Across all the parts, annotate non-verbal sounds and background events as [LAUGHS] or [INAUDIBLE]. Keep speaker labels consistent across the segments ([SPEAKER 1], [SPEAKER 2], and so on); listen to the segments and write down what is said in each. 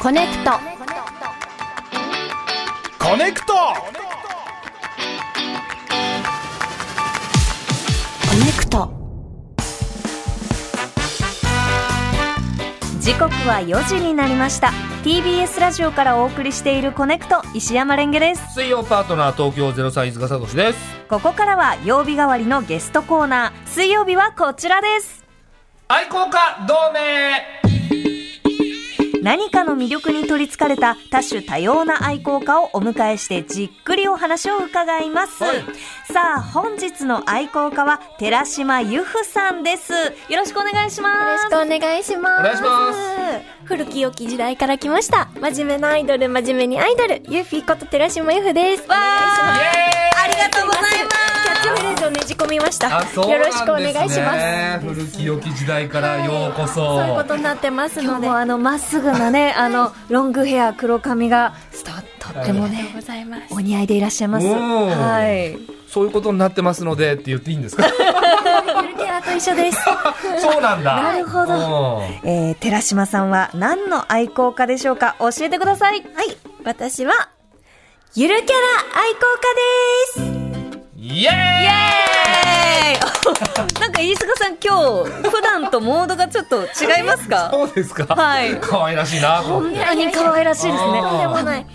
[SPEAKER 1] コネクト
[SPEAKER 2] コネクト
[SPEAKER 1] コネクト
[SPEAKER 3] 時刻は4時になりました TBS ラジオからお送りしているコネクト石山レンゲです
[SPEAKER 2] 水曜パートナー東京ゼロ三伊塚聡です
[SPEAKER 3] ここからは曜日代わりのゲストコーナー水曜日はこちらです
[SPEAKER 2] 愛好家同盟
[SPEAKER 3] 何かの魅力に取りつかれた多種多様な愛好家をお迎えしてじっくりお話を伺います、
[SPEAKER 2] はい
[SPEAKER 3] さあ本日の愛好家は寺島由布さんですよろしくお願いし
[SPEAKER 4] よろ
[SPEAKER 3] ま
[SPEAKER 4] し
[SPEAKER 3] す
[SPEAKER 4] くお願いします。
[SPEAKER 2] お願いします
[SPEAKER 4] 古き良き時代から来ました。真面目なアイドル、真面目にアイドル、ゆうぴーこと寺島ゆふです。
[SPEAKER 3] わーありがとうございます
[SPEAKER 4] キャッチフレーズをねじ込みました。
[SPEAKER 2] あそう
[SPEAKER 4] よろしくお願いします。
[SPEAKER 2] ます古き良き時代からようこそ、
[SPEAKER 4] そういうことになってます
[SPEAKER 3] 今
[SPEAKER 4] の
[SPEAKER 3] 日
[SPEAKER 4] で。
[SPEAKER 3] も
[SPEAKER 4] あ
[SPEAKER 3] あのまっすぐな [LAUGHS] ね、あのロングヘア黒髪がスタッとっても
[SPEAKER 4] りがとう
[SPEAKER 3] ね
[SPEAKER 4] ございます。
[SPEAKER 3] お似合いでいらっしゃいます。
[SPEAKER 2] おー
[SPEAKER 3] はい。
[SPEAKER 2] そういうことになってますのでって言っていいん
[SPEAKER 4] [LAUGHS]
[SPEAKER 2] ですか
[SPEAKER 4] ゆるキャラと一緒です。
[SPEAKER 2] そうなんだ
[SPEAKER 3] なるほど
[SPEAKER 2] うん
[SPEAKER 3] えー、寺島さんは何の愛好家でしょうか教えてください。はい。
[SPEAKER 4] 私は、ゆるキャラ愛好家です。
[SPEAKER 2] イエーイ
[SPEAKER 3] えー、 [LAUGHS] なんか飯塚さん今日普段とモードがちょっと違います [LAUGHS] か？
[SPEAKER 2] そうですか
[SPEAKER 3] はい
[SPEAKER 2] 可愛らしいなと思って
[SPEAKER 3] 本当に可愛らしいですね。
[SPEAKER 2] あー
[SPEAKER 4] とんでもない。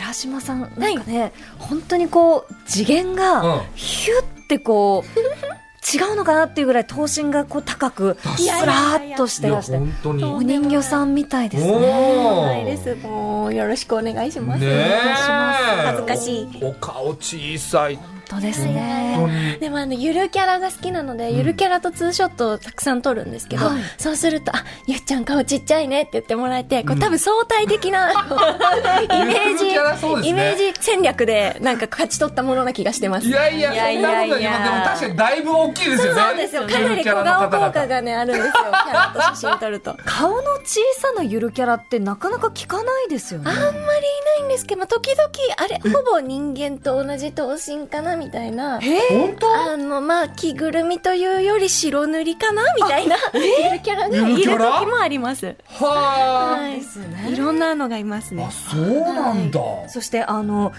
[SPEAKER 3] 寺島さんなんかね、本当にこう次元
[SPEAKER 2] うん
[SPEAKER 3] がヒュってこう。違うのかなっていうぐらい頭身がこう高くス
[SPEAKER 2] やいやいや
[SPEAKER 3] ラーっとして
[SPEAKER 2] いや
[SPEAKER 3] らして
[SPEAKER 2] 本当に
[SPEAKER 3] お人形さんみたいです
[SPEAKER 2] お
[SPEAKER 3] ね
[SPEAKER 2] ー
[SPEAKER 4] ないです。もう、よろしくお願いします。
[SPEAKER 2] ねえ
[SPEAKER 4] 恥ずかしい。
[SPEAKER 2] お顔小さい
[SPEAKER 3] 本当ですね
[SPEAKER 2] 本当に
[SPEAKER 4] でもあの、ゆるキャラが好きなので、ゆるキャラとツーショットをたくさん撮るんですけど、
[SPEAKER 3] はい
[SPEAKER 4] そうすると、あ、ゆっちゃん顔ちっちゃいねって言ってもらえて、これ多分相対的
[SPEAKER 2] [LAUGHS]
[SPEAKER 4] な、イメ
[SPEAKER 2] ゆるキャラそう
[SPEAKER 4] ー
[SPEAKER 2] で
[SPEAKER 4] ジ、
[SPEAKER 2] すね
[SPEAKER 4] イメージ戦略で、なんか勝ち取ったものな気がしてます。
[SPEAKER 2] いやいや
[SPEAKER 3] いやい
[SPEAKER 2] そんなこと
[SPEAKER 3] や
[SPEAKER 2] な
[SPEAKER 3] い
[SPEAKER 2] いでも
[SPEAKER 3] や
[SPEAKER 2] 確かにだいぶ大きいですよね
[SPEAKER 4] そうですよ。かなり小顔効果がね、あるんですよ。キャラと写真撮ると。あん
[SPEAKER 3] 顔の小さなゆるキャラってなかなか聞かないですよね
[SPEAKER 4] まりいないんですけど、まあ、時々、あれ、ほぼ人間と同じ頭身かなみたいな。
[SPEAKER 2] 本当
[SPEAKER 4] あの、まあ、着ぐるみというより白塗りかなみたいな、ゆるキャラがい
[SPEAKER 2] ゆる
[SPEAKER 4] る
[SPEAKER 2] キャラ
[SPEAKER 4] 時もあります。
[SPEAKER 2] は
[SPEAKER 4] はい
[SPEAKER 3] ですね
[SPEAKER 4] いろんなのがいます
[SPEAKER 2] ああ
[SPEAKER 4] ね。
[SPEAKER 2] そうなんだ
[SPEAKER 3] そしてあの、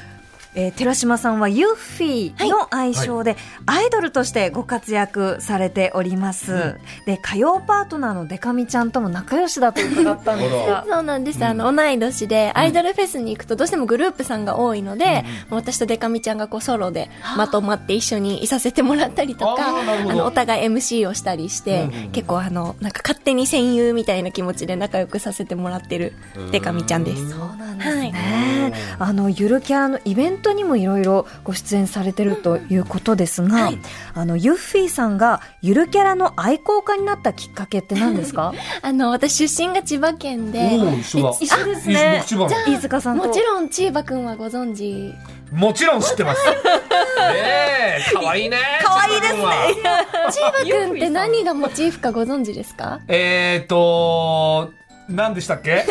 [SPEAKER 3] えー寺島さんはユッフィーの愛称でアイドルとしてご活躍されております、で火曜パートナーのデカミちゃんとも仲良しだと伺ったんです
[SPEAKER 2] あ
[SPEAKER 3] が
[SPEAKER 4] そうなんです。あの、同い年で、アイドルフェスに行くとどうしてもグループさんが多いので、もう私とデカミちゃんがこうソロでまとまって一緒にいさせてもらったりと
[SPEAKER 2] あ
[SPEAKER 4] か、
[SPEAKER 2] ーなるほど
[SPEAKER 4] あの、お互い MC をしたりして
[SPEAKER 2] うんうん、
[SPEAKER 4] 結構あの、なんか勝手に戦友みたいな気持ちで仲良くさせてもらってるデカミちゃんです。
[SPEAKER 3] そうなんですね、
[SPEAKER 2] はい
[SPEAKER 3] あのゆるキャラのイベントにもいろいろご出演されてるということですが、あのユッフィーさんがゆるキャラの愛好家になったきっかけって何です [LAUGHS] か
[SPEAKER 4] あの、私出身が千葉県
[SPEAKER 2] お
[SPEAKER 4] で、
[SPEAKER 2] ー一緒だ
[SPEAKER 3] 一緒ですね
[SPEAKER 2] 一緒僕千葉
[SPEAKER 4] じゃ
[SPEAKER 2] の
[SPEAKER 4] あ
[SPEAKER 3] 飯塚さんと
[SPEAKER 4] もちろん千葉くんはご存知
[SPEAKER 2] もちろん知って
[SPEAKER 4] [LAUGHS]
[SPEAKER 2] ますねえ可愛いね
[SPEAKER 3] 可愛いですね
[SPEAKER 2] 千葉君は
[SPEAKER 4] 千葉くんって何がモチーフかご存知ですか
[SPEAKER 2] えーと何でしたっけ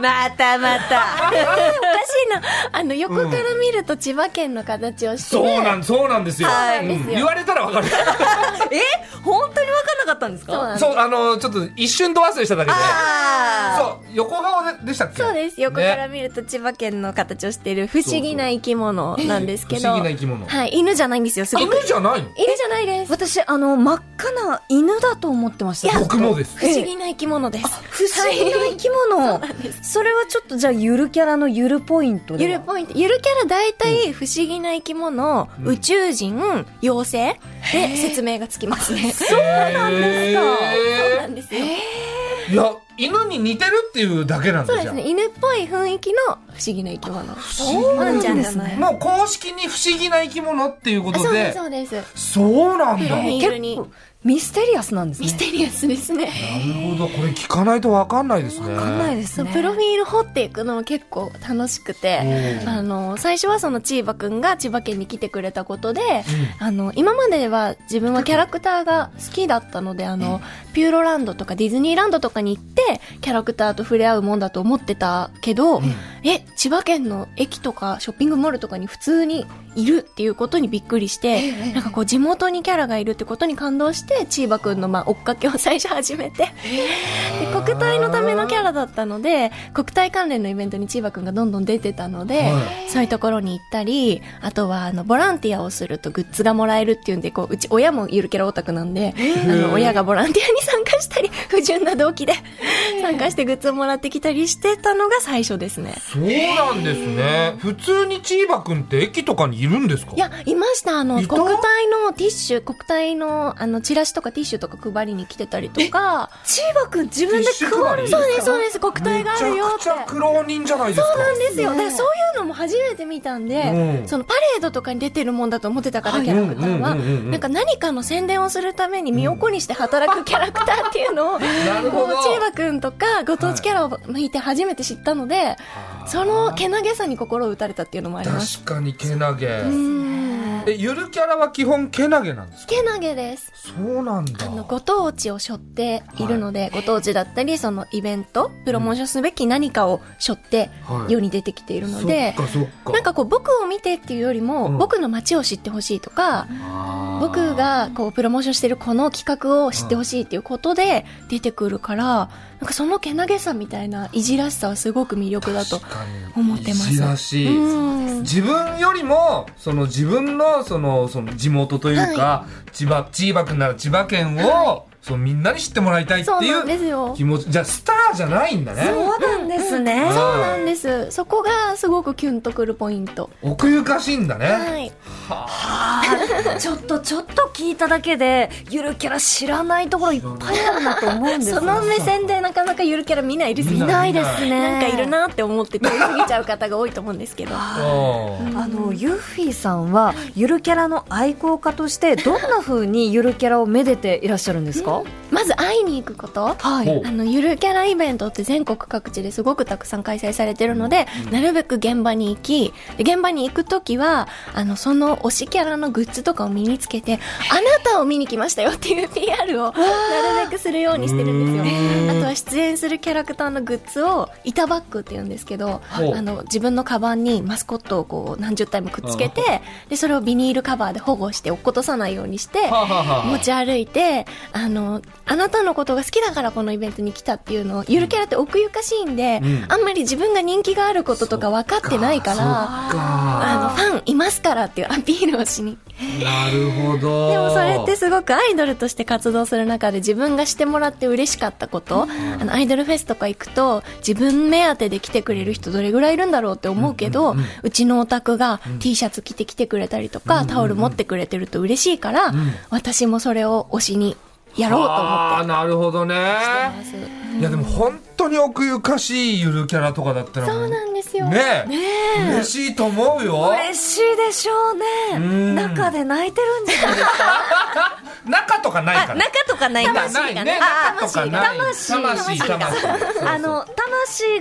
[SPEAKER 3] またまた
[SPEAKER 4] おかしいな。あの、横から見ると千葉県の形をしてて、
[SPEAKER 2] そうなんそうなんですよ
[SPEAKER 3] はい
[SPEAKER 2] うん
[SPEAKER 4] ですよ
[SPEAKER 2] 言われたらわかる
[SPEAKER 3] え本当に分かんなかったんですか
[SPEAKER 4] そうなんです。
[SPEAKER 2] そうあのちょっと一瞬度忘れしただけで
[SPEAKER 3] あ
[SPEAKER 2] そう横顔ででしたっけ
[SPEAKER 4] そうです。横から
[SPEAKER 2] ね
[SPEAKER 4] 見ると千葉県の形をしている不思議な生き物なんですけど。
[SPEAKER 2] 不思議な生き物
[SPEAKER 4] はい、犬じゃないんですよ、すご
[SPEAKER 2] 犬
[SPEAKER 4] く。
[SPEAKER 2] じゃないの
[SPEAKER 4] 犬じゃないです。
[SPEAKER 3] 私あの真っ赤な犬だと思ってました
[SPEAKER 2] 僕もです
[SPEAKER 4] 不思議な生き物です。
[SPEAKER 3] 不思議な生き物、それはちょっとじゃあゆるキャラのゆるポイントで
[SPEAKER 4] ゆるポイント。ゆるキャラ大体不思議な生き物、
[SPEAKER 2] ん
[SPEAKER 4] 宇宙人、妖精で説明がつきますね。そう
[SPEAKER 2] そうなんですか
[SPEAKER 4] なんですよ。
[SPEAKER 2] いや犬に似てるっていうだけなん
[SPEAKER 4] そう
[SPEAKER 2] で
[SPEAKER 4] ですす
[SPEAKER 2] よ
[SPEAKER 4] ね。犬っぽい雰囲気の不思議な生き物。
[SPEAKER 2] そう
[SPEAKER 4] ワンちゃん
[SPEAKER 3] で
[SPEAKER 4] じゃ
[SPEAKER 3] す
[SPEAKER 4] ない。
[SPEAKER 3] ね
[SPEAKER 2] もう公式に不思議な生き物っていうこ
[SPEAKER 4] あ
[SPEAKER 2] と
[SPEAKER 4] そうで、
[SPEAKER 2] です
[SPEAKER 4] そうです。
[SPEAKER 2] そうなんだな
[SPEAKER 4] はい
[SPEAKER 2] る
[SPEAKER 3] 結構ミステリアスなんですね
[SPEAKER 4] ミステリアスですね。
[SPEAKER 2] ほどこれ聞かないとわかんないですね
[SPEAKER 3] わかんないです
[SPEAKER 4] そう
[SPEAKER 3] ね
[SPEAKER 4] プロフィール掘っていくのも結構楽しくて、
[SPEAKER 2] うん
[SPEAKER 4] あの、最初はその千葉くんが千葉県に来てくれたことで、あの、今までは自分はキャラクターが好きだったので、あの、ピューロランドとかディズニーランドとかに行って、キャラクターと触れ合うもんだと思ってたけど、え、千葉県の駅とかショッピングモールとかに普通にいるっていうことにびっくりして、なんかこう地元にキャラがいるってことに感動して、チーバくんのまあ追っかけを最初始めて、で国体のためのキャラだったので、国体関連のイベントにチーバくんがどんどん出てたので、
[SPEAKER 2] は
[SPEAKER 4] そういうところに行ったり、あとはあのボランティアをするとグッズがもらえるっていうんで、こううち親もゆるキャラオタクなんで、あの親がボランティアに参加したり、 [LAUGHS] 不純な動機で参加してグッズをもらってきたりしてたのが最初ですね。
[SPEAKER 2] そうなんですね。普通にチーバくんって駅とかにいるんですか
[SPEAKER 4] いや、いました。あの、
[SPEAKER 2] い
[SPEAKER 4] 国
[SPEAKER 2] た
[SPEAKER 4] 体のティッシュ、国体の、あの、チラシとかティッシュとか配りに来てたりとか、
[SPEAKER 3] チーバくん自分で配るん
[SPEAKER 2] ティッシュ配りそう
[SPEAKER 4] そうです、そうです、国体があるよ
[SPEAKER 2] め
[SPEAKER 4] っ
[SPEAKER 2] ち
[SPEAKER 4] て
[SPEAKER 2] ゃ。くちゃ苦労人じゃないですか。そうなん
[SPEAKER 4] ですよ。だからそういうのも初めて見たんで、
[SPEAKER 2] うん
[SPEAKER 4] そのパレードとかに出てるもんだと思ってたから、キ
[SPEAKER 2] うん
[SPEAKER 4] ャラクターは。
[SPEAKER 2] うんうんうんうん
[SPEAKER 4] なんか何かの宣伝をするために身を粉にして働くキャラクターっていうのを、
[SPEAKER 2] なる
[SPEAKER 4] こ
[SPEAKER 2] ほ
[SPEAKER 4] う
[SPEAKER 2] ど。
[SPEAKER 4] チーバくんとかご当地キャラを向いて初めて知ったので、そのけなげさに心を打たれたっていうのもあります。
[SPEAKER 2] 確かにけなげ。
[SPEAKER 4] うん
[SPEAKER 2] え、ゆるキャラは基本けなげなんですか
[SPEAKER 4] けなげです。
[SPEAKER 2] そうなんだ
[SPEAKER 4] あ。の、ご当地を背負っているので、ご当地だったり、そのイベント、プロモーションすべき何かを背負って
[SPEAKER 2] はい
[SPEAKER 4] 世に出てきているので、
[SPEAKER 2] そっかそっか。
[SPEAKER 4] なんかこう僕を見てっていうよりも、
[SPEAKER 2] うん
[SPEAKER 4] 僕の街を知ってほしいとか、
[SPEAKER 2] あー
[SPEAKER 4] 僕がこうプロモーションしてるこの企画を知ってほしいっていうことで出てくるから、なんかそのけなげさみたいな意地らしさはすごく魅力だと
[SPEAKER 2] 確かに
[SPEAKER 4] 思ってます
[SPEAKER 2] 石らしい。
[SPEAKER 4] うん
[SPEAKER 2] 自分よりもその自分のそのその地元というか、千葉千葉君なら千葉県を、そのみんなに知ってもらいたいって
[SPEAKER 4] そう
[SPEAKER 2] い
[SPEAKER 4] なんで
[SPEAKER 2] う
[SPEAKER 4] すよ
[SPEAKER 2] 気持ちじゃあスターじゃないんだね
[SPEAKER 3] そうなんですね。
[SPEAKER 4] そうなんですそこがすごくキュンとくるポイント
[SPEAKER 2] 奥ゆかしいんだね、
[SPEAKER 4] はい
[SPEAKER 3] あちょっとちょっと聞いただけでゆるキャラ知らないところいっぱいあるなと思うんです
[SPEAKER 4] [LAUGHS] その目線でなかなかゆるキャラ見ないです
[SPEAKER 2] 見
[SPEAKER 4] よ
[SPEAKER 2] ない
[SPEAKER 3] ですね
[SPEAKER 4] なんかいるなって思って通り過ぎちゃう方が多いと思うんですけ
[SPEAKER 2] う
[SPEAKER 4] ど
[SPEAKER 2] ん
[SPEAKER 3] あのユーフィーさんはゆるキャラの愛好家としてどんな風にゆるキャラをめでていらっしゃるんですか、
[SPEAKER 4] まず会いに行くこと
[SPEAKER 3] は
[SPEAKER 2] ほう
[SPEAKER 4] あのゆるキャライベントって全国各地ですごくたくさん開催されてるので、なるべく現場に行きで現場に行く時はあのその推しキャラのグッズとかを身につけてあなたを見に来ましたよっていう PR をなるべくするようにしてるん
[SPEAKER 2] う
[SPEAKER 4] です
[SPEAKER 2] ー
[SPEAKER 4] よ
[SPEAKER 2] ん
[SPEAKER 4] あとは出演するキャラクターのグッズを板バッグって言うんですけどあ
[SPEAKER 2] ほう
[SPEAKER 4] の自分のカバンにマスコットをこう何十体もくっつけてでそれをビニールカバーで保護して落っことさないようにして
[SPEAKER 2] はあはあはあ
[SPEAKER 4] 持ち歩いてあのあなたのことが好きだからこのイベントに来たっていうのをゆるキャラって奥ゆかしいんで、
[SPEAKER 2] うん
[SPEAKER 4] あんまり自分が人気があることとか分かってないから
[SPEAKER 2] そっか
[SPEAKER 4] あのファンいますからっていうアピールをしに
[SPEAKER 2] なるほど
[SPEAKER 4] でもそれってすごくアイドルとして活動する中で自分がしてもらって嬉しかったこと、あのアイドルフェスとか行くと自分目当てで来てくれる人どれぐらいいるんだろうって思うけど、う
[SPEAKER 2] うんうんうん
[SPEAKER 4] ちのオタクが T シャツ着て来てくれたりとか、タオル持ってくれてると嬉しいから、
[SPEAKER 2] ん
[SPEAKER 4] 私もそれを推しにやろうと
[SPEAKER 2] あ
[SPEAKER 4] 思
[SPEAKER 2] あ
[SPEAKER 4] って
[SPEAKER 2] なるほどね
[SPEAKER 4] ます。
[SPEAKER 2] いやでも本当に奥ゆかしいゆるキャラとかだったら
[SPEAKER 4] そうなんですよ。
[SPEAKER 2] ねえ嬉しいと思うよ
[SPEAKER 3] 嬉しいでしょうね
[SPEAKER 2] ん
[SPEAKER 3] 中で泣いてるんじ
[SPEAKER 4] [LAUGHS]
[SPEAKER 3] ゃないですか
[SPEAKER 2] 中とかないから
[SPEAKER 3] あ中とかないんだ
[SPEAKER 2] ないね。
[SPEAKER 3] あ
[SPEAKER 2] 中とかない。
[SPEAKER 3] 魂
[SPEAKER 2] 魂、魂。
[SPEAKER 3] あの魂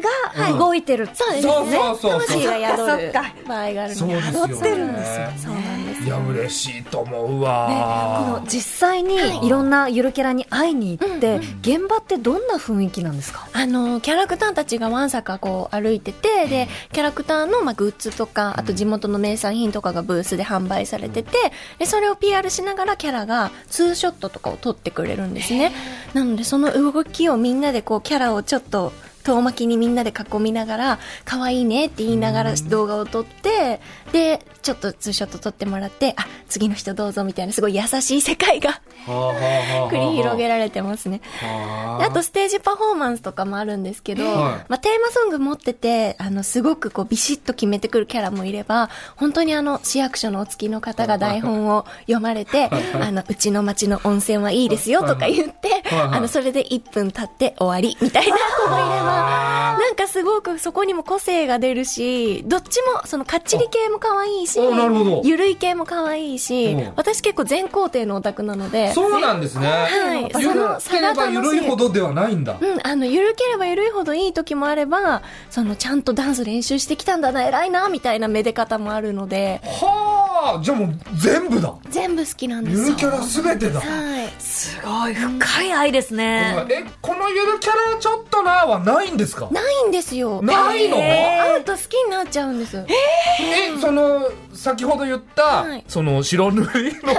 [SPEAKER 3] が動いてる、
[SPEAKER 4] そうです
[SPEAKER 2] そう
[SPEAKER 4] ね。
[SPEAKER 2] そうそうそう
[SPEAKER 4] 魂が宿
[SPEAKER 3] そっ
[SPEAKER 4] る
[SPEAKER 3] か
[SPEAKER 4] 場合がある
[SPEAKER 2] そ
[SPEAKER 4] の
[SPEAKER 2] う
[SPEAKER 4] で。
[SPEAKER 2] です
[SPEAKER 3] 宿
[SPEAKER 2] よ
[SPEAKER 3] ってるんですよ
[SPEAKER 2] ね。
[SPEAKER 4] そうなんです。
[SPEAKER 2] いや嬉しいと思う
[SPEAKER 3] こ
[SPEAKER 2] わ
[SPEAKER 3] の。実際にいろんなゆるキャラに会いに行って、現場ってどんな雰囲気なんですか
[SPEAKER 4] あの、キャラクターたちがわんさかこう歩いてて、で、キャラクターのまあグッズとか、あと地元の名産品とかがブースで販売されてて、で、それを PR しながらキャラがツーショットとかを撮ってくれるんですね。なので、その動きをみんなでこう、キャラをちょっと、遠巻きにみんなで囲みながら、可愛いねって言いながら動画を撮って、で、ちょっとツーショット撮ってもらって、あ、次の人どうぞみたいな、すごい優しい世界が繰り広げ
[SPEAKER 2] ら
[SPEAKER 4] られてますね。で
[SPEAKER 2] あ
[SPEAKER 4] あとステージパフォーマンスとかもあるんですけど、
[SPEAKER 2] はい
[SPEAKER 4] まあ、テーマソング持ってて、あの、すごくこう、ビシッと決めてくるキャラもいれば、本当にあの、市役所のお付きの方が台本を読まれて、あの、うちの町の温泉はいいですよとか言って、
[SPEAKER 2] はいはい
[SPEAKER 4] あの、それで1分経って終わり、みたいな子もいれば、なんかすごくそこにも個性が出るし、どっちも、その、かっちり系も可愛いし
[SPEAKER 2] ああなるほど、
[SPEAKER 4] ゆるい系も可愛いし
[SPEAKER 2] うん、
[SPEAKER 4] 私結構全工程のオタクなので、
[SPEAKER 2] そうなんですね。
[SPEAKER 4] はい
[SPEAKER 2] ゆるければゆるいほどではないんだ。
[SPEAKER 4] うん、あの、ゆるければゆるいほどいい時もあれば、その、ちゃんとダンス練習してきたんだな、偉いな、みたいなめで方もあるので、
[SPEAKER 2] はああじゃあもう全部だ
[SPEAKER 4] 全部好きなんで
[SPEAKER 2] ゆ
[SPEAKER 4] す
[SPEAKER 2] る
[SPEAKER 4] よ
[SPEAKER 2] キャラすべてだ
[SPEAKER 4] はい
[SPEAKER 3] すごい深い愛ですね。
[SPEAKER 2] えこのゆるキャラちょっとなはないんですか
[SPEAKER 4] ないんですよ
[SPEAKER 2] ないの
[SPEAKER 3] え
[SPEAKER 4] 会うと好きになっちゃうんです
[SPEAKER 2] えその先ほど言った、
[SPEAKER 4] はい
[SPEAKER 2] その白
[SPEAKER 4] [LAUGHS]
[SPEAKER 2] 塗りの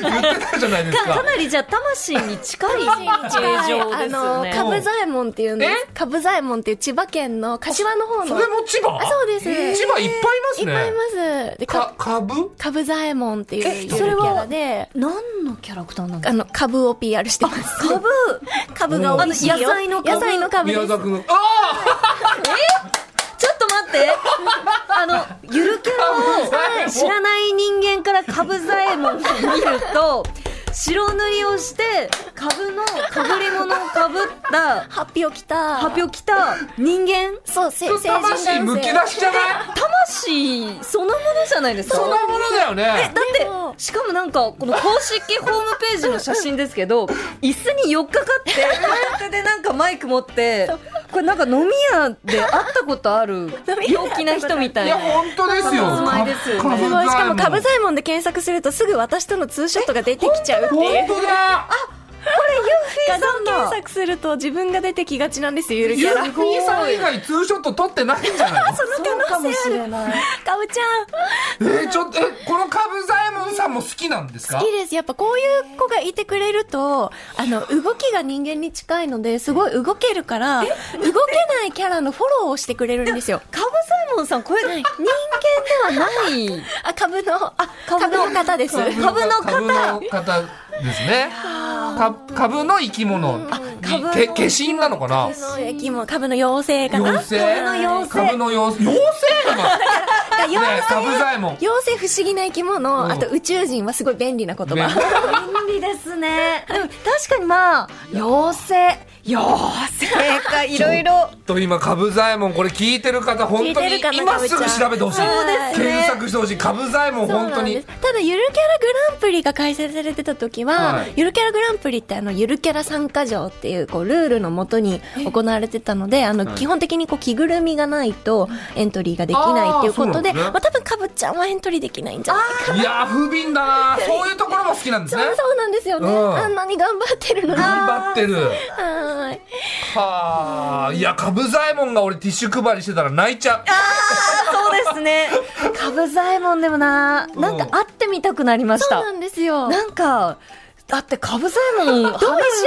[SPEAKER 2] 言ってたじゃないです
[SPEAKER 3] かか
[SPEAKER 2] か
[SPEAKER 3] なりじゃあ魂に近い形 [LAUGHS] 状
[SPEAKER 4] あ
[SPEAKER 3] です
[SPEAKER 4] の
[SPEAKER 3] ね。
[SPEAKER 4] カブザエモンっていうんですカブザエモンっていう千葉県の柏の方
[SPEAKER 2] そ
[SPEAKER 4] の
[SPEAKER 2] れも千葉
[SPEAKER 4] あそうです
[SPEAKER 2] 千葉いっぱいいますね
[SPEAKER 4] いっぱいいますで
[SPEAKER 2] か
[SPEAKER 4] か
[SPEAKER 2] かぶ
[SPEAKER 4] カブザエモンっていう
[SPEAKER 3] え
[SPEAKER 4] ゆるキ
[SPEAKER 3] それは
[SPEAKER 4] ャラで
[SPEAKER 3] 何のキャラクターなんで
[SPEAKER 4] あ
[SPEAKER 3] すか
[SPEAKER 4] の株を PR し
[SPEAKER 3] [LAUGHS]
[SPEAKER 4] てます
[SPEAKER 3] カブ
[SPEAKER 4] 株が美味しいよ
[SPEAKER 3] あの野菜の株
[SPEAKER 4] 野菜の株で
[SPEAKER 2] 宮
[SPEAKER 4] す
[SPEAKER 2] 沢君あ
[SPEAKER 3] ちょっと待ってあのゆるキャラを知らない人間からカブザエモンを見ると白塗りをしてカブのかぶり物をかぶった
[SPEAKER 4] ハッピーを着た
[SPEAKER 3] 発表来た人間
[SPEAKER 4] そうせ
[SPEAKER 2] あ
[SPEAKER 4] 成人男
[SPEAKER 2] 魂
[SPEAKER 4] 性
[SPEAKER 2] むき出しじ
[SPEAKER 4] [LAUGHS]
[SPEAKER 2] ゃない
[SPEAKER 3] 魂そのものじゃないですか
[SPEAKER 2] そんなものだよ
[SPEAKER 4] [LAUGHS]
[SPEAKER 2] ね
[SPEAKER 3] だ
[SPEAKER 4] でも
[SPEAKER 3] ってしかもなんかこの公式ホームページの写真ですけ [LAUGHS] ど椅子に寄っかかって片手でなんかマイク持ってこれなんか飲み屋で会ったことある陽気な人みた
[SPEAKER 2] い
[SPEAKER 3] い
[SPEAKER 2] や
[SPEAKER 3] な
[SPEAKER 2] 本当ですよ
[SPEAKER 3] そうなんですよね
[SPEAKER 2] かぶ
[SPEAKER 4] す
[SPEAKER 2] ざ
[SPEAKER 4] ご
[SPEAKER 2] え
[SPEAKER 4] いしかもカブ
[SPEAKER 2] ざ
[SPEAKER 4] ザエモンで検索するとすぐ私とのツーショットが出てきちゃうっていう
[SPEAKER 2] 本当だ
[SPEAKER 4] 画像検
[SPEAKER 3] だ
[SPEAKER 4] 索すると自分が出てきがちなんですよゆるキ
[SPEAKER 2] ゆ
[SPEAKER 4] ャ
[SPEAKER 2] る
[SPEAKER 4] ラ
[SPEAKER 2] ふみさん以外ツーショット撮ってないんじゃ
[SPEAKER 4] [LAUGHS]
[SPEAKER 2] ないの
[SPEAKER 3] そうかもしれない
[SPEAKER 4] かぶちゃん
[SPEAKER 2] えーちょっとえこのかぶざえもんさんも好きなんですか
[SPEAKER 4] 好きです。やっぱこういう子がいてくれると、あの、動きが人間に近いので、すごい動けるから、動けないキャラのフォローをしてくれるんですよ。
[SPEAKER 3] カブサイモンさんこれ人間ではない
[SPEAKER 4] あ、株の、あ、
[SPEAKER 3] 株
[SPEAKER 4] 株
[SPEAKER 3] の
[SPEAKER 4] の方です。
[SPEAKER 3] 株の方
[SPEAKER 2] 株の方ですねか株の生き物に
[SPEAKER 3] 株の
[SPEAKER 2] け化身なのかな
[SPEAKER 4] 株の駅も、株の妖精かな
[SPEAKER 2] 妖精
[SPEAKER 4] 株の妖精。
[SPEAKER 2] 株の妖精妖精なの
[SPEAKER 4] 妖
[SPEAKER 2] ねえ
[SPEAKER 4] 精
[SPEAKER 2] 株左衛門
[SPEAKER 4] 妖精不思議な生き物、
[SPEAKER 2] うん
[SPEAKER 4] あと宇宙人はすごい便利な言葉。
[SPEAKER 2] ね
[SPEAKER 3] 便利ですねでも確かにまあ妖精妖精かいろいろ
[SPEAKER 2] ちょっと今、カブザエモン、これ聞いてる方、本当
[SPEAKER 4] 聞いて
[SPEAKER 2] に
[SPEAKER 4] るか
[SPEAKER 2] 今
[SPEAKER 4] な
[SPEAKER 2] すぐ調べてほしい。
[SPEAKER 4] そうです
[SPEAKER 3] ね
[SPEAKER 2] 検索してほしい。カブザエモン、
[SPEAKER 4] そう
[SPEAKER 2] 本
[SPEAKER 4] な
[SPEAKER 2] 当
[SPEAKER 4] んで
[SPEAKER 2] に
[SPEAKER 4] す。ただゆるキャラグランプリが開催されてた時は、
[SPEAKER 2] はい
[SPEAKER 4] ゆるキャラグランプリってあのゆるキャラ参加条っていうこうルールのもとに行われてたのであの
[SPEAKER 2] はい
[SPEAKER 4] 基本的にこう着ぐるみがないとエントリーができないっていうことで
[SPEAKER 2] あーそうなんですね
[SPEAKER 4] まあ、多分かぶっちゃんはエントリーできないんじゃないか
[SPEAKER 2] いやー、不憫だなそういうところも好きなんです
[SPEAKER 4] そう
[SPEAKER 2] ね。
[SPEAKER 4] そうなんですよね、
[SPEAKER 2] うん
[SPEAKER 4] あんなに頑張ってるのに
[SPEAKER 2] 頑張ってる。
[SPEAKER 4] はーい
[SPEAKER 2] はあ。いや、カブザエモンが俺ティッシュ配りしてたら泣いちゃう。
[SPEAKER 3] そうですね。カブザエモンでもな、なんか会ってみたくなりまし
[SPEAKER 4] そう
[SPEAKER 3] た
[SPEAKER 4] な。んですよ
[SPEAKER 3] なんか、だってカブザエモン話し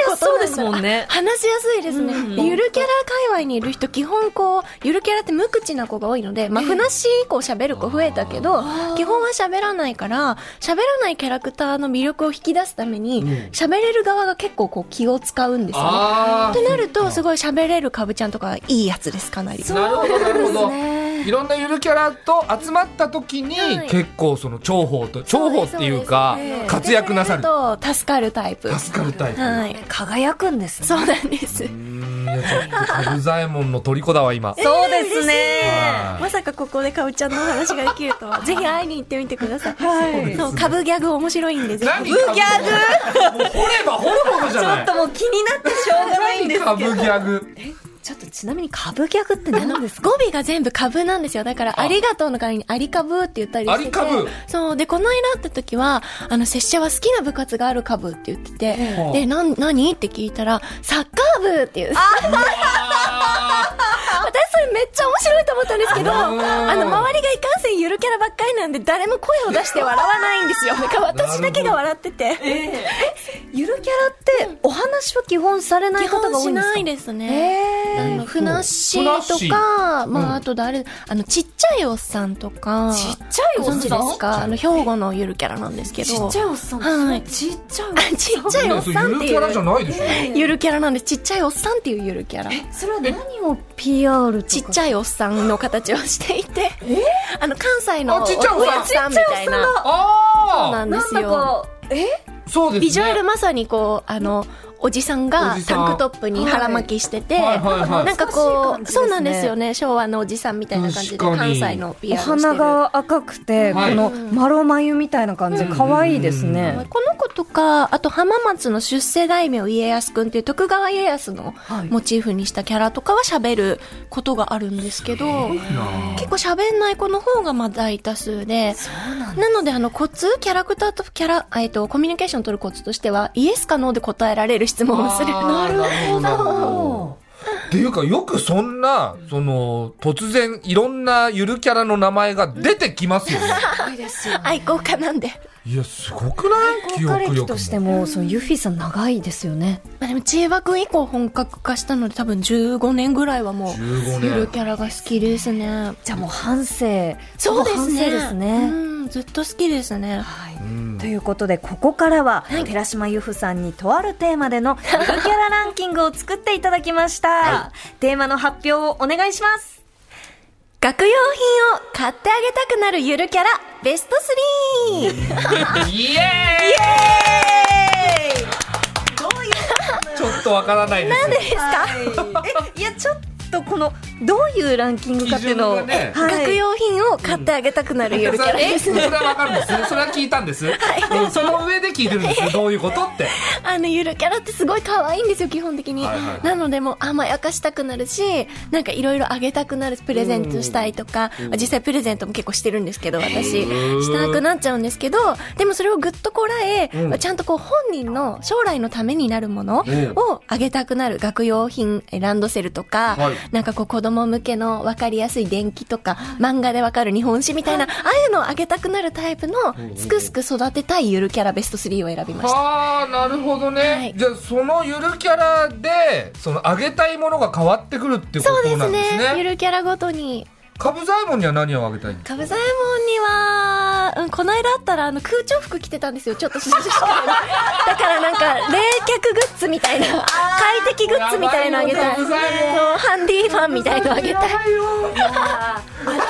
[SPEAKER 3] やすそうですもんね。
[SPEAKER 4] 話しやすいですね、
[SPEAKER 3] うん
[SPEAKER 4] でゆるキャラ界隈にいる人基本こうゆるキャラって無口な子が多いのでまあふなっしー以降喋る子増えたけど基本は喋らないから喋らないキャラクターの魅力を引き出すために喋、れる側が結構こう気を使うんですよね
[SPEAKER 2] あ
[SPEAKER 4] ってなるとすごい喋れるかぶちゃんとかいいやつですかなり
[SPEAKER 2] あ。なるほど、なるほど。
[SPEAKER 3] ね
[SPEAKER 2] いろんなゆるキャラと集まった時に、
[SPEAKER 4] はい
[SPEAKER 2] 結構その重宝と、重宝っていうか
[SPEAKER 4] そですね、
[SPEAKER 2] 活躍なさる。
[SPEAKER 4] と助かるタイプ
[SPEAKER 2] 助かるタイプ。
[SPEAKER 4] はい
[SPEAKER 3] 輝くんですね。
[SPEAKER 4] そうなんです
[SPEAKER 2] うーん、いや、ちょっとカブザエモンの虜だわ、今。
[SPEAKER 3] そうですね。
[SPEAKER 2] はい
[SPEAKER 4] まさかここでかぶちゃんのお話ができると [LAUGHS] はぜひ会いに行ってみてください、
[SPEAKER 3] はい
[SPEAKER 4] そうかぶギャグ面白いんでぜ
[SPEAKER 2] 何
[SPEAKER 4] ひ
[SPEAKER 2] ギャグもう掘れば掘るほどじ
[SPEAKER 3] ち
[SPEAKER 2] ゃ
[SPEAKER 3] ょ
[SPEAKER 2] な
[SPEAKER 3] っ
[SPEAKER 2] い
[SPEAKER 3] ともう気になってしょうがないんです
[SPEAKER 2] 何
[SPEAKER 3] け
[SPEAKER 2] 株ギ
[SPEAKER 3] ど。
[SPEAKER 2] ャグ
[SPEAKER 3] ちょっとちなみにカブギャグって何なんですか
[SPEAKER 4] 語尾が全部株なんですよ。だから、ありがとうの代わりに、あり株って言ったりしてて。
[SPEAKER 2] あり株
[SPEAKER 4] そう。で、この間会った時は、あの、拙者は好きな部活がある株って言ってて、
[SPEAKER 2] え
[SPEAKER 4] で、なん、何って聞いたら、サッカー部っていう。
[SPEAKER 2] あ
[SPEAKER 4] [LAUGHS] 私それめっちゃ面白いと思ったんですけど、
[SPEAKER 2] うん
[SPEAKER 4] あの、周りがいかんせんゆるキャラばっかりなんで、誰も声を出して笑わないんですよ。だから私だけが笑ってて。
[SPEAKER 3] ゆるキャラってお話は基本されない
[SPEAKER 4] 基
[SPEAKER 3] 方
[SPEAKER 4] 本
[SPEAKER 3] が多
[SPEAKER 4] し
[SPEAKER 3] いんですか
[SPEAKER 4] ないですね。
[SPEAKER 3] え
[SPEAKER 4] あ
[SPEAKER 3] ー
[SPEAKER 4] の、ふなっし
[SPEAKER 2] ふなっし
[SPEAKER 4] ー
[SPEAKER 2] ー
[SPEAKER 4] とか、
[SPEAKER 2] う
[SPEAKER 4] ま
[SPEAKER 2] ん
[SPEAKER 4] あ、あと誰、あの、ちっちゃいおっさんとか、
[SPEAKER 3] ちっちゃいおっ
[SPEAKER 4] ご
[SPEAKER 3] さん
[SPEAKER 4] 存知ですかあの、兵庫のゆるキャラなんですけど、
[SPEAKER 3] ちっちゃいおっさん。
[SPEAKER 4] はい
[SPEAKER 3] ちっちゃいおっ
[SPEAKER 4] あ
[SPEAKER 3] さん。
[SPEAKER 4] ちっちゃいおっさん
[SPEAKER 2] ゆ
[SPEAKER 4] っ
[SPEAKER 2] る
[SPEAKER 4] て
[SPEAKER 2] キャラじゃ
[SPEAKER 4] いう、
[SPEAKER 2] ない
[SPEAKER 4] [LAUGHS]
[SPEAKER 2] でしょ
[SPEAKER 4] ゆるキャラなんです。ちっちゃいおっさんっていうゆるキャラ。
[SPEAKER 3] それは何を PR とか
[SPEAKER 4] ちっちゃいおっさんの形をしていて、あの、関西の
[SPEAKER 2] あちっちゃいおっさん
[SPEAKER 4] みたいな。
[SPEAKER 2] あ
[SPEAKER 4] な
[SPEAKER 2] あ
[SPEAKER 4] んですよ。
[SPEAKER 3] え
[SPEAKER 2] そうですね
[SPEAKER 4] ビジュアルまさにこう、あの、おじさんが
[SPEAKER 2] おじさん
[SPEAKER 4] タンクトップに腹巻きしてて、
[SPEAKER 2] はいはいはい
[SPEAKER 4] なんか
[SPEAKER 3] 懐
[SPEAKER 4] こ
[SPEAKER 3] かしい感じですね
[SPEAKER 4] う、そうなんですよね、昭和のおじさんみたいな感じで
[SPEAKER 2] 確か
[SPEAKER 4] 関
[SPEAKER 2] に
[SPEAKER 4] 西の PR
[SPEAKER 3] お
[SPEAKER 4] をしてる。
[SPEAKER 3] 花が赤くて、
[SPEAKER 2] はい
[SPEAKER 3] この丸眉みたいな感じ、
[SPEAKER 2] うん
[SPEAKER 3] 可愛いですね。
[SPEAKER 4] この子とか、あと浜松の出世大名家康くんっていう徳川家康の
[SPEAKER 3] はい
[SPEAKER 4] モチーフにしたキャラとかは喋ることがあるんですけど、結構喋んない子の方がまあ大多数で、
[SPEAKER 3] そうなんだ
[SPEAKER 4] なのであのコツ、キャラクターとキャラ、えっと、コミュニケーション取るコツとしては、イエスかノーで答えられる質問をする。
[SPEAKER 2] あーなるほ
[SPEAKER 3] お
[SPEAKER 2] っていうかよくそんなその突然いろんなゆるキャラの名前が出てきますよね
[SPEAKER 3] ーいいですよ。
[SPEAKER 4] [LAUGHS] 愛好家なんで。
[SPEAKER 2] いやすごくない記
[SPEAKER 3] 高
[SPEAKER 2] 憶
[SPEAKER 3] 歴
[SPEAKER 2] 力
[SPEAKER 3] として
[SPEAKER 2] も
[SPEAKER 3] も、そのユフィさん長いですよね。
[SPEAKER 4] まあでも、千葉くん以降本格化したので、多分15年ぐらいはもう、
[SPEAKER 2] 15
[SPEAKER 4] ゆる
[SPEAKER 2] 年
[SPEAKER 4] キャラが好きですね。
[SPEAKER 3] じゃあもう半生、
[SPEAKER 4] そうです
[SPEAKER 3] ほぼ半生
[SPEAKER 4] ね。
[SPEAKER 3] ですね。
[SPEAKER 4] うん、ずっと好きですね。
[SPEAKER 3] はい
[SPEAKER 2] うん
[SPEAKER 3] ということでここからは、寺島由布さんにとあるテーマで
[SPEAKER 4] [LAUGHS]
[SPEAKER 3] のゆるキャラランキングを作っていただきました、テーマの発表をお願いします
[SPEAKER 4] 学用品を買ってあげたくなるゆるキャラ、ベスト 3!
[SPEAKER 2] イエーイちょっとわからないです
[SPEAKER 4] ですか
[SPEAKER 3] えいやちょっとこのどういうランキングかっていうのを、
[SPEAKER 2] 基準がね
[SPEAKER 3] はい
[SPEAKER 4] 学用品を買ってあげたくなるゆるキャラです。
[SPEAKER 2] それはわかるんですそれは聞いたんです、うんその上で聞いてるんですどういうことって
[SPEAKER 4] あのゆるキャラってすごい可愛いんですよ基本的に、
[SPEAKER 2] はいはいはい
[SPEAKER 4] なのでもう甘やかしたくなるしなんかいろいろあげたくなるプレゼントしたいとか、まあ実際プレゼントも結構してるんですけど私
[SPEAKER 2] ー
[SPEAKER 4] したくなっちゃうんですけどでもそれをぐっとこらえ、
[SPEAKER 2] うん
[SPEAKER 4] まあちゃんとこう本人の将来のためになるもの
[SPEAKER 2] うん
[SPEAKER 4] をあげたくなる学用品えランドセルとか、
[SPEAKER 2] はい
[SPEAKER 4] なんかこう子供向けの分かりやすい電気とか漫画で分かる日本史みたいな、ああいうのをあげたくなるタイプのすくすく育てたいゆるキャラベスト3を選びました。
[SPEAKER 2] はあなるほどね、
[SPEAKER 4] はい
[SPEAKER 2] じゃあそのゆるキャラでそのあげたいものが変わってくるってこ
[SPEAKER 4] そうで
[SPEAKER 2] とな
[SPEAKER 4] す
[SPEAKER 2] んです
[SPEAKER 4] ね。ゆ
[SPEAKER 2] ね
[SPEAKER 4] るキャラごとに。
[SPEAKER 2] カブザイモンには何をあげたいんです
[SPEAKER 4] カブザエモンには、うん、この間あったら、あの、空調服着てたんですよ。ちょっと涼しくて。だからなんか、冷却グッズみたいな、快適グッズみたいなのあげた
[SPEAKER 2] や
[SPEAKER 4] い。
[SPEAKER 2] ばいよカ
[SPEAKER 4] そう
[SPEAKER 2] ブザエモン
[SPEAKER 4] ハンディファンみたいのあげたい。
[SPEAKER 2] かよ
[SPEAKER 3] あー暑い
[SPEAKER 4] 暑
[SPEAKER 3] ですよ
[SPEAKER 4] い
[SPEAKER 3] ね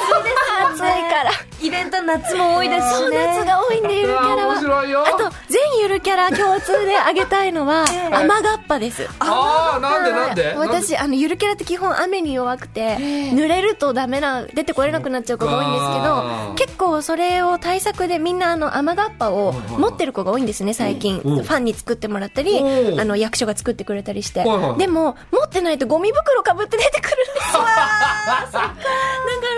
[SPEAKER 4] から。
[SPEAKER 3] イベント夏も多いです
[SPEAKER 4] そ
[SPEAKER 3] し
[SPEAKER 4] う、
[SPEAKER 3] ね
[SPEAKER 4] 夏が多いんで、ゆるキャラ
[SPEAKER 2] 面
[SPEAKER 4] は。
[SPEAKER 2] 白いよ
[SPEAKER 4] あと、全ゆるキャラ共通であげたい
[SPEAKER 2] [LAUGHS]
[SPEAKER 4] のは、雨がっぱです。
[SPEAKER 2] ああなんでなんで
[SPEAKER 4] [LAUGHS] 私あのゆるキャラって基本雨に弱くて濡れるとダメな出てこれなくなっちゃう子が多い
[SPEAKER 2] あ
[SPEAKER 4] ん
[SPEAKER 2] ー
[SPEAKER 4] ですけど結構それを対策でみんなあの雨がっぱを
[SPEAKER 2] はいはいはい
[SPEAKER 4] 持ってる子が多いんですね最近フ
[SPEAKER 2] うん
[SPEAKER 4] ァンに作ってもらったり
[SPEAKER 2] おー
[SPEAKER 4] あの役所が作ってくれたりして
[SPEAKER 2] はいはい
[SPEAKER 4] でも持ってないとゴミ袋かぶって出てくるん
[SPEAKER 2] [LAUGHS]
[SPEAKER 4] ですよだか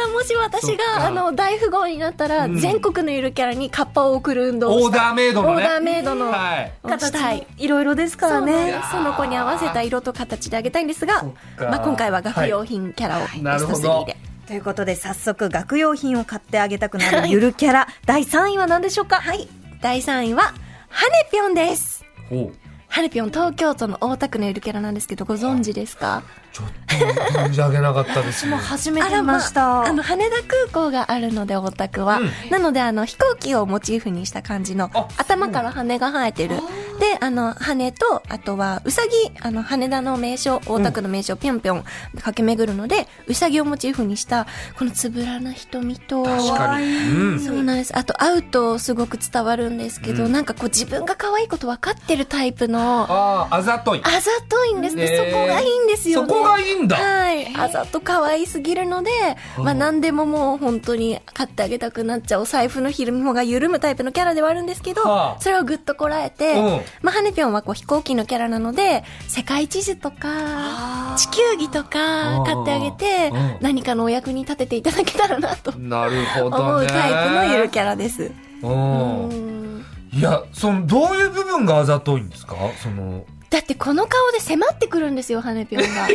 [SPEAKER 4] らもし私
[SPEAKER 2] そっか
[SPEAKER 4] があの大富豪になったら
[SPEAKER 2] うん
[SPEAKER 4] 全国のゆるキャラにカッパを送る運動を
[SPEAKER 2] オ
[SPEAKER 4] し
[SPEAKER 2] ー
[SPEAKER 4] たい
[SPEAKER 2] ダーメイドのね
[SPEAKER 4] オーダーメイドの
[SPEAKER 2] はい
[SPEAKER 4] をしたい
[SPEAKER 3] 形いろいろですか
[SPEAKER 4] そ
[SPEAKER 3] ら
[SPEAKER 4] うなん
[SPEAKER 3] ね
[SPEAKER 4] ですその子に合わせた色と形であげたいんですが
[SPEAKER 2] そっ、か
[SPEAKER 4] まあ、今回は学用品キャラをベ
[SPEAKER 2] なる
[SPEAKER 4] スト
[SPEAKER 2] ほど
[SPEAKER 4] 3で、
[SPEAKER 3] ということで早速学用品を買ってあげたくなるゆるキャラ第3位は何でしょうかはい
[SPEAKER 4] 第3位はハネピョンです
[SPEAKER 2] ほう
[SPEAKER 4] ハネピョン東京都の大田区のゆるキャラなんですけどご存知ですか
[SPEAKER 2] ちょっと存じ上げなかったですね
[SPEAKER 3] 初め
[SPEAKER 4] あ
[SPEAKER 3] て
[SPEAKER 4] ら
[SPEAKER 3] 見ました、
[SPEAKER 4] あ、あの羽田空港があるので大田区は、
[SPEAKER 2] うん
[SPEAKER 4] なのであの飛行機をモチーフにした感じの
[SPEAKER 2] あ
[SPEAKER 4] 頭から羽が生えてるであの羽とあとはうさぎあの羽田の名所大田区の名所ぴょんぴょん駆け巡るのでうさぎをモチーフにしたこのつぶらな瞳と
[SPEAKER 2] 確かにうん
[SPEAKER 4] そうなんです。あと、会うとすごく伝わるんですけど、
[SPEAKER 2] うん
[SPEAKER 4] なんかこう自分が可愛いこと分かってるタイプの、あ
[SPEAKER 2] あああざとい
[SPEAKER 4] ざといんですね。
[SPEAKER 2] ねえ
[SPEAKER 4] そこがいいんですよ
[SPEAKER 2] そ
[SPEAKER 4] ね。
[SPEAKER 2] こがいいんだ
[SPEAKER 4] はい。あざと可愛すぎるので、まあ何でももう本当に買ってあげたくなっちゃうお財布のひるみが緩むタイプのキャラではあるんですけど
[SPEAKER 2] はあ、
[SPEAKER 4] それをぐっとこらえて、
[SPEAKER 2] うん
[SPEAKER 4] まあハネピョンはこう飛行機のキャラなので、世界地図とか、地球儀とか買ってあげて
[SPEAKER 2] うん、
[SPEAKER 4] 何かのお役に立てていただけたらなと
[SPEAKER 2] なるほ
[SPEAKER 4] 思
[SPEAKER 2] ど
[SPEAKER 4] う
[SPEAKER 2] ね
[SPEAKER 4] タイプのゆるキャラです。
[SPEAKER 2] うんいやそのどういう部分があざといんですかその
[SPEAKER 4] だってこの顔で迫ってくるんですよ、ハネピョンが。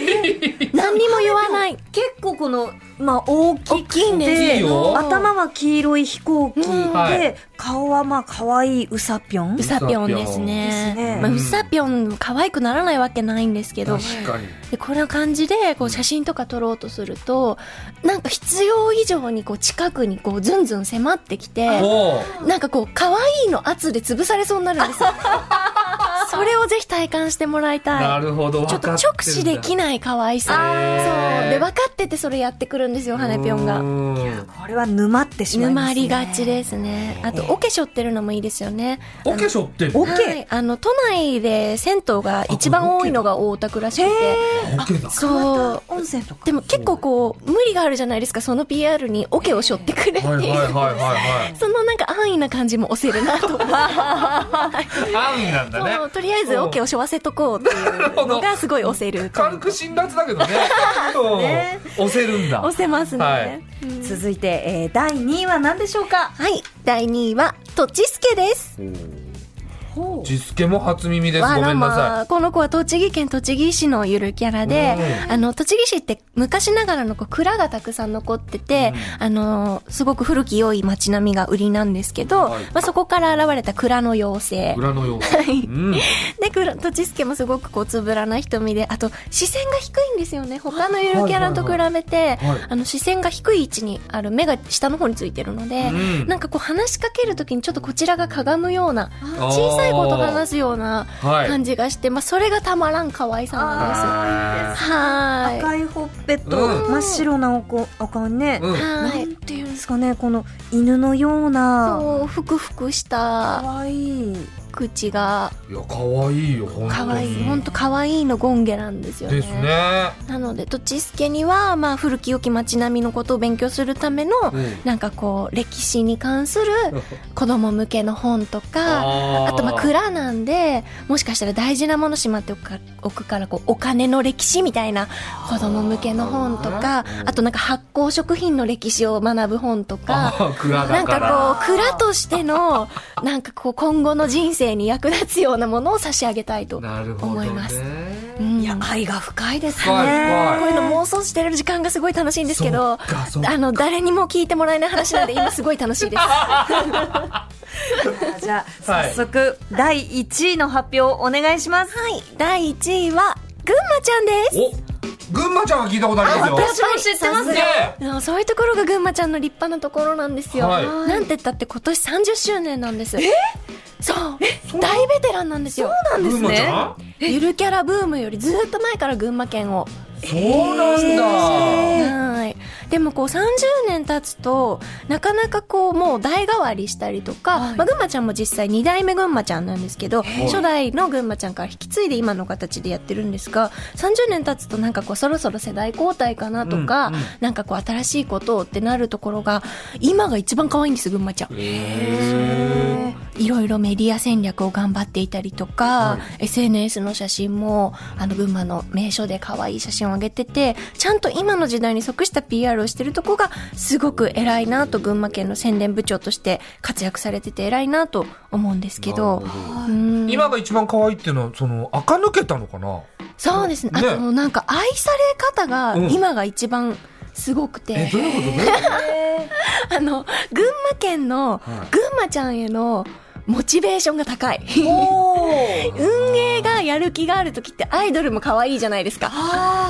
[SPEAKER 4] 何にも言わない。
[SPEAKER 3] 結構この、まあ、大きくて
[SPEAKER 4] 大きいんです
[SPEAKER 2] よ
[SPEAKER 3] 頭は黄色い飛行機で、
[SPEAKER 4] うん
[SPEAKER 2] はい
[SPEAKER 3] 顔はまあ可愛いうさぴょん
[SPEAKER 4] うさぴょんです
[SPEAKER 3] ですね
[SPEAKER 4] ね。まあうさぴょん、可愛くならないわけないんですけど、
[SPEAKER 2] 確かに
[SPEAKER 4] でこんな感じでこう写真とか撮ろうとすると、なんか必要以上にこう近くにこうずんずん迫ってきて、
[SPEAKER 2] おう
[SPEAKER 4] なんかこう、可愛いの圧で潰されそうになるんですよ。そそれをぜひ体感してもらいたい。
[SPEAKER 2] なるほど。
[SPEAKER 4] ちょっと直視でき
[SPEAKER 2] い。
[SPEAKER 4] ない可愛さ。
[SPEAKER 2] あー
[SPEAKER 4] そう。で、分かっててそれやってくるんですよ、羽ぴょんが。
[SPEAKER 2] が。
[SPEAKER 3] これは沼ってしまいます、ね。
[SPEAKER 4] 沼りがちですね。あと、お化粧ってるのもいいですよね。
[SPEAKER 2] お化粧ってんの
[SPEAKER 3] お
[SPEAKER 2] あ
[SPEAKER 3] 化
[SPEAKER 4] は
[SPEAKER 3] け
[SPEAKER 4] い。あの、都内で銭湯が一番多いのが大田区らしく
[SPEAKER 3] へ
[SPEAKER 4] て。
[SPEAKER 2] おけだ。
[SPEAKER 4] そう。
[SPEAKER 3] 温泉とか。
[SPEAKER 4] でも結構こう、無理があるじゃないですか、その PR にオケを背負ってくれってい。
[SPEAKER 2] はいはいうはいはい
[SPEAKER 4] [LAUGHS] そのなんか安易な感じも押せるなと思って。
[SPEAKER 2] はい。安易なんだ
[SPEAKER 4] そう
[SPEAKER 2] ね。
[SPEAKER 4] とりあえずオケを背負わせとこうっていうのがすごい押せる。
[SPEAKER 2] 軽く辛辣だけどね。うん押せるんだ。
[SPEAKER 4] 押せますね。
[SPEAKER 2] は
[SPEAKER 4] はいい。
[SPEAKER 3] 続いて、えー第2位は何でしょうか
[SPEAKER 4] 第2位は、とちすけです。
[SPEAKER 3] ほ
[SPEAKER 2] ジスケも初耳です。ごめんなさ
[SPEAKER 4] あ。この子は栃木県栃木市のゆるキャラで、あの、栃木市って昔ながらのこう蔵がたくさん残ってて、あの、すごく古き良い街並みが売りなんですけど、
[SPEAKER 2] はい
[SPEAKER 4] まあ、そこから現れた蔵の妖精
[SPEAKER 2] い。。裏の様子。
[SPEAKER 4] い
[SPEAKER 2] うん。
[SPEAKER 4] で、くら、とちすけもすごくこう、つぶらな瞳で、あと、視線が低いんですよね。他のゆるキャラと比べて、
[SPEAKER 2] はい
[SPEAKER 4] あの、視線が低い位置にある、目が下の方についてるので、
[SPEAKER 2] うん
[SPEAKER 4] なんかこう、話しかけるときにちょっとこちらがかがむような、
[SPEAKER 2] あー
[SPEAKER 4] 小さい子と話すような
[SPEAKER 2] はい
[SPEAKER 4] 感じがして、まあ、それがたまらん可愛さなんで
[SPEAKER 2] あ
[SPEAKER 4] す。は
[SPEAKER 3] 赤いほっぺと
[SPEAKER 2] うん
[SPEAKER 3] 真っ白なおこお顔ね
[SPEAKER 2] ー。う
[SPEAKER 4] い。
[SPEAKER 2] ん。
[SPEAKER 4] は
[SPEAKER 3] ないん。ていうんですかねこの犬のような
[SPEAKER 4] そう、ふくふくし
[SPEAKER 3] か
[SPEAKER 4] た
[SPEAKER 3] わいい
[SPEAKER 4] 口が、
[SPEAKER 2] いや、可愛いよ、本当に。
[SPEAKER 4] 可愛い、ほんと可愛いのゴンゲなんですよね。
[SPEAKER 2] ですね。
[SPEAKER 4] なので、とちすけには、まあ、古き良き街並みのことを勉強するための、
[SPEAKER 2] うん
[SPEAKER 4] なんかこう、歴史に関する子供向けの本とか、
[SPEAKER 2] あ
[SPEAKER 4] あと、まあ、
[SPEAKER 2] い。
[SPEAKER 4] 蔵なんで、もしかしたら大事なものしまっておくかおくから、こう、お金の歴史みたいな子供向けの本とか、あとなんか発酵食品の歴史を学ぶ本とか、
[SPEAKER 2] あー蔵
[SPEAKER 4] な
[SPEAKER 2] だ
[SPEAKER 4] ん
[SPEAKER 2] から。
[SPEAKER 4] かこう、蔵とし
[SPEAKER 2] [LAUGHS]
[SPEAKER 4] ての、なんかこう、今後の人生に役立つようなものを差し上げたいと。
[SPEAKER 2] なるほど
[SPEAKER 4] 思
[SPEAKER 2] ね
[SPEAKER 4] います
[SPEAKER 3] い
[SPEAKER 4] い
[SPEAKER 3] や愛が深いですね
[SPEAKER 2] 深い深い
[SPEAKER 4] こういうの妄想してる時間がすごい楽しいんですけ
[SPEAKER 2] そ
[SPEAKER 4] ど、
[SPEAKER 2] っかそっか
[SPEAKER 4] あの、誰にも聞いてもらえない話なんで、今すごい楽
[SPEAKER 2] [LAUGHS]
[SPEAKER 4] しいです。
[SPEAKER 3] じゃあ
[SPEAKER 2] は
[SPEAKER 3] 早
[SPEAKER 2] い
[SPEAKER 3] 速、第1位の発表をお願いします
[SPEAKER 4] はい、第1位は、ぐんまちゃんです。
[SPEAKER 2] お群馬ちゃんは聞いたことありますよ。
[SPEAKER 3] 私も知ってます
[SPEAKER 2] ね
[SPEAKER 3] よ
[SPEAKER 4] あのそういうところがぐんまちゃんの立派なところなんですよ。
[SPEAKER 2] はい
[SPEAKER 4] なんて言ったって今年30周年なんです。えそう大ベテランなんですよ。
[SPEAKER 2] え群馬ちゃん
[SPEAKER 4] ゆるキャラブームよりずっと前から群馬県を。
[SPEAKER 2] そうなんだ。
[SPEAKER 4] はい。でもこう30年経つと、なかなかこうもう代替わりしたりとか、まあぐんまちゃんも実際2代目ぐんまちゃんなんですけど、初代のぐんまちゃんから引き継いで今の形でやってるんですが、30年経つとなんかこうそろそろ世代交代かなとか、
[SPEAKER 2] うんうん
[SPEAKER 4] なんかこう新しいことをってなるところが、今が一番可愛いんです、ぐんまちゃん。いろいろメディア戦略を頑張っていたりとか、
[SPEAKER 2] は
[SPEAKER 4] SNS の写真も、あの、群馬の名所で可愛い写真を上げてて、ちゃんと今の時代に即した PR をしてるとこが、すごく偉いなと、群馬県の宣伝部長として活躍されてて偉いなと思うんですけど、うん
[SPEAKER 2] 今が一番可愛いっていうのは、その、垢抜けたのかな
[SPEAKER 4] そうですね。あ
[SPEAKER 2] ね
[SPEAKER 4] と、なんか愛され方が
[SPEAKER 2] うん、
[SPEAKER 4] 今が一番すごくて。
[SPEAKER 2] え、どういうことどういうこと
[SPEAKER 4] あの、群馬県の
[SPEAKER 2] はい、
[SPEAKER 4] 群馬ちゃんへの、モチベーションが高い。運営がやる気がある時ってアイドルも可愛いじゃないですか。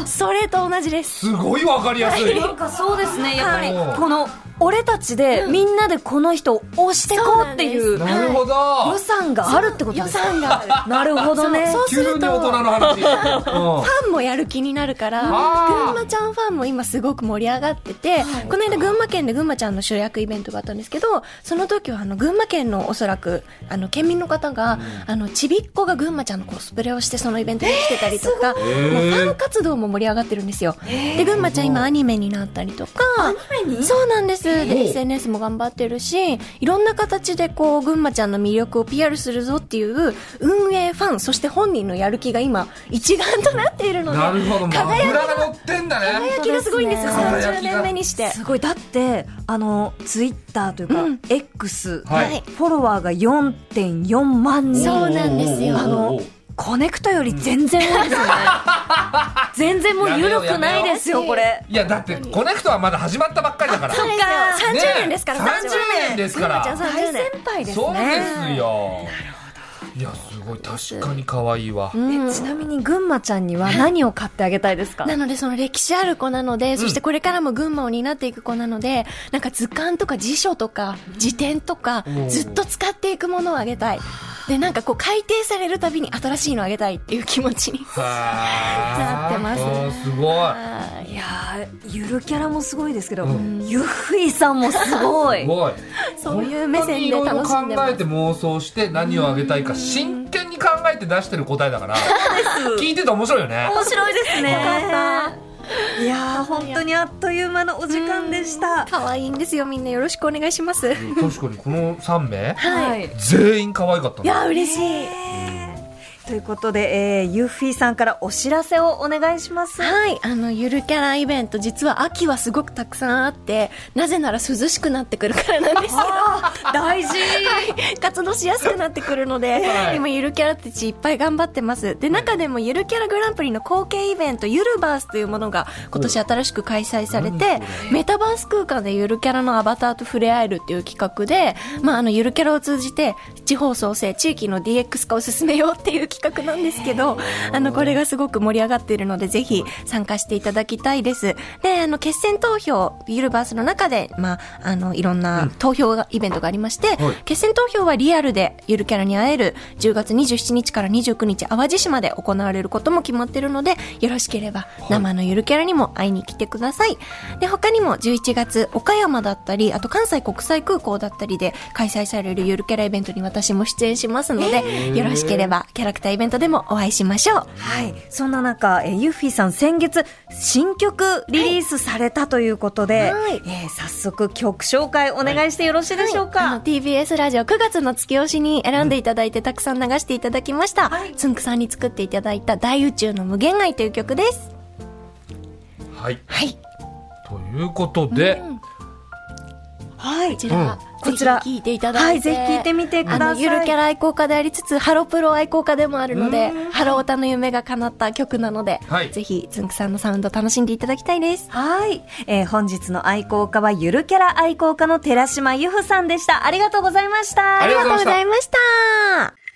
[SPEAKER 4] それと同じです。
[SPEAKER 2] すごいわかりやす
[SPEAKER 4] [LAUGHS]
[SPEAKER 2] い。
[SPEAKER 3] なんかそうですねやっぱり
[SPEAKER 2] はい
[SPEAKER 3] この俺たちでみんなでこの人を押してこうってい
[SPEAKER 4] そう
[SPEAKER 3] う
[SPEAKER 2] なるほど。
[SPEAKER 3] 予算があるってこと
[SPEAKER 4] 予
[SPEAKER 3] ですか
[SPEAKER 4] 算がある。
[SPEAKER 3] なるほどね
[SPEAKER 4] そう
[SPEAKER 2] 急に大人の話。うん
[SPEAKER 4] ファンもやる気になるから、群
[SPEAKER 2] あー
[SPEAKER 4] 馬ちゃんファンも今すごく盛り上がってて、この間群馬県で群馬ちゃんの主役イベントがあったんですけど、その時はあの群馬県のおそらく、あの県民の方が、あのちびっこが群馬ちゃんのコスプレをしてそのイベントに来てたりとか、もう
[SPEAKER 2] ー
[SPEAKER 4] ファン活動も盛り上がってるんですよ。で、群馬ちゃん今アニメになったりとか、そうなんで
[SPEAKER 2] お
[SPEAKER 4] す。で、SNS も頑張ってるし、いろんな形でこう、群馬ちゃんの魅力を PR するぞっていう、運営、ファン、そして本人のやる気が今、一丸となっているので、
[SPEAKER 2] なるほど。もう
[SPEAKER 4] 輝き
[SPEAKER 2] 油が乗ってんだね。
[SPEAKER 4] 輝きがすごいんですよ、
[SPEAKER 2] 輝きが
[SPEAKER 4] 30年目にして。
[SPEAKER 3] すごいだってあのツイッターというか、
[SPEAKER 4] うん
[SPEAKER 3] X、
[SPEAKER 2] はい
[SPEAKER 3] フォロワーが4.4万人
[SPEAKER 4] そうなんですよ
[SPEAKER 2] おーおーおーおー
[SPEAKER 3] あのコネクトより全然多いですよね全然もう緩くないですよこれ
[SPEAKER 2] いや、だって、コネクトはまだ始まったばっかりだから。
[SPEAKER 4] そうですよ30
[SPEAKER 2] ね
[SPEAKER 4] 年ですから、
[SPEAKER 2] 30年ですから
[SPEAKER 4] 群馬ちゃん30
[SPEAKER 3] 大
[SPEAKER 4] 年
[SPEAKER 3] 先。輩です
[SPEAKER 2] そうで
[SPEAKER 3] ね
[SPEAKER 2] すよ。いや、すごい。確かに可愛いわ。
[SPEAKER 4] うん
[SPEAKER 3] ちなみに群馬ちゃんには何を買ってあげたいですか
[SPEAKER 4] なので、その歴史ある子なので、そしてこれからも群馬を担っていく子なので、なんか図鑑とか辞書とか辞典とか
[SPEAKER 2] おー、
[SPEAKER 4] ずっと使っていくものをあげたい。でなんかこう改訂されるたびに新しいのあげたいっていう気持ちに
[SPEAKER 2] な
[SPEAKER 4] なってます
[SPEAKER 2] すごい。
[SPEAKER 4] はい
[SPEAKER 3] いやーゆるキャラもすごいですけど、
[SPEAKER 2] うん
[SPEAKER 3] ゆっふいさんもすごい
[SPEAKER 2] すごい。
[SPEAKER 4] そういう目線で
[SPEAKER 2] 本当に
[SPEAKER 4] 楽しん
[SPEAKER 2] いろ
[SPEAKER 4] で
[SPEAKER 2] いろ考
[SPEAKER 4] ます
[SPEAKER 2] えて妄想して何をあげたいか真剣に考えて出してる答えだから、聞いてて面白いよね。
[SPEAKER 3] 面白いですね
[SPEAKER 2] よ
[SPEAKER 4] かっ
[SPEAKER 3] いやー本当にあっという間のお時間でした
[SPEAKER 4] 可愛いんですよみんなよろしくお願いします
[SPEAKER 2] 確かにこの3名
[SPEAKER 3] はい
[SPEAKER 2] 全員可愛かった
[SPEAKER 4] い
[SPEAKER 2] ね
[SPEAKER 4] や嬉しい、
[SPEAKER 3] ということで、えー、ユッフィーさんからお知らせをお願いします
[SPEAKER 4] はい、あの、ゆるキャライベント、実は秋はすごくたくさんあって、なぜなら涼しくなってくるからなんですよ。
[SPEAKER 3] 大事
[SPEAKER 4] 活動しやすくなってくるの
[SPEAKER 2] [LAUGHS]
[SPEAKER 4] で、
[SPEAKER 2] はい
[SPEAKER 4] 今ゆるキャラたちいっぱい頑張ってます。で、中でもゆるキャラグランプリの後継イベント、ゆるバースというものが今年新しく開催されて、メタバース空間でゆるキャラのアバターと触れ合えるっていう企画で、まあ、あの、ゆるキャラを通じて、地方創生、地域の DX 化を進めようっていう企画なんですけど、あの、これがすごく盛り上がっているので、ぜひ参加していただきたいです。で、あの、決選投票、ユルバースの中で、まあ、あの、いろんな投票が、イベントがありまして、
[SPEAKER 2] はい
[SPEAKER 4] 決選投票はリアルでゆるキャラに会える10月27日から29日、淡路島で行われることも決まっているので、よろしければ生のゆるキャラにも会いに来てください。で、他にも11月、岡山だったり、あと関西国際空港だったりで開催されるゆるキャライベントに私も出演しますので、よろしければキャラクターイベントでもお会いしましょう。
[SPEAKER 3] はいそんな中、えー、ユッフィーさん先月新曲リリースされたということで、
[SPEAKER 4] はい
[SPEAKER 3] えー早速曲紹介お願いしてよろしいでしょうか、
[SPEAKER 4] あの TBS ラジオ9月の月押しに選んでいただいてたくさん流していただきました、つんくさんに作っていただいた「大宇宙の無限愛」という曲です
[SPEAKER 2] はい
[SPEAKER 4] はい
[SPEAKER 2] ということで、
[SPEAKER 3] はい
[SPEAKER 4] こちら、
[SPEAKER 3] うんこちら
[SPEAKER 4] ぜひ聞いていただ
[SPEAKER 3] はいい
[SPEAKER 4] て、
[SPEAKER 3] ぜひ聞いてみてください
[SPEAKER 4] あのゆるキャラ愛好家でありつつハロプロ愛好家でもあるので
[SPEAKER 2] う
[SPEAKER 4] ハロオタの夢が叶った曲なので、
[SPEAKER 2] はい
[SPEAKER 4] ぜひつんくさんのサウンド楽しんでいただきたいです
[SPEAKER 3] はい、えー本日の愛好家はゆるキャラ愛好家の寺島由布さんでしたありがとうございました
[SPEAKER 2] ありがとうございました
[SPEAKER 4] ありがとうございました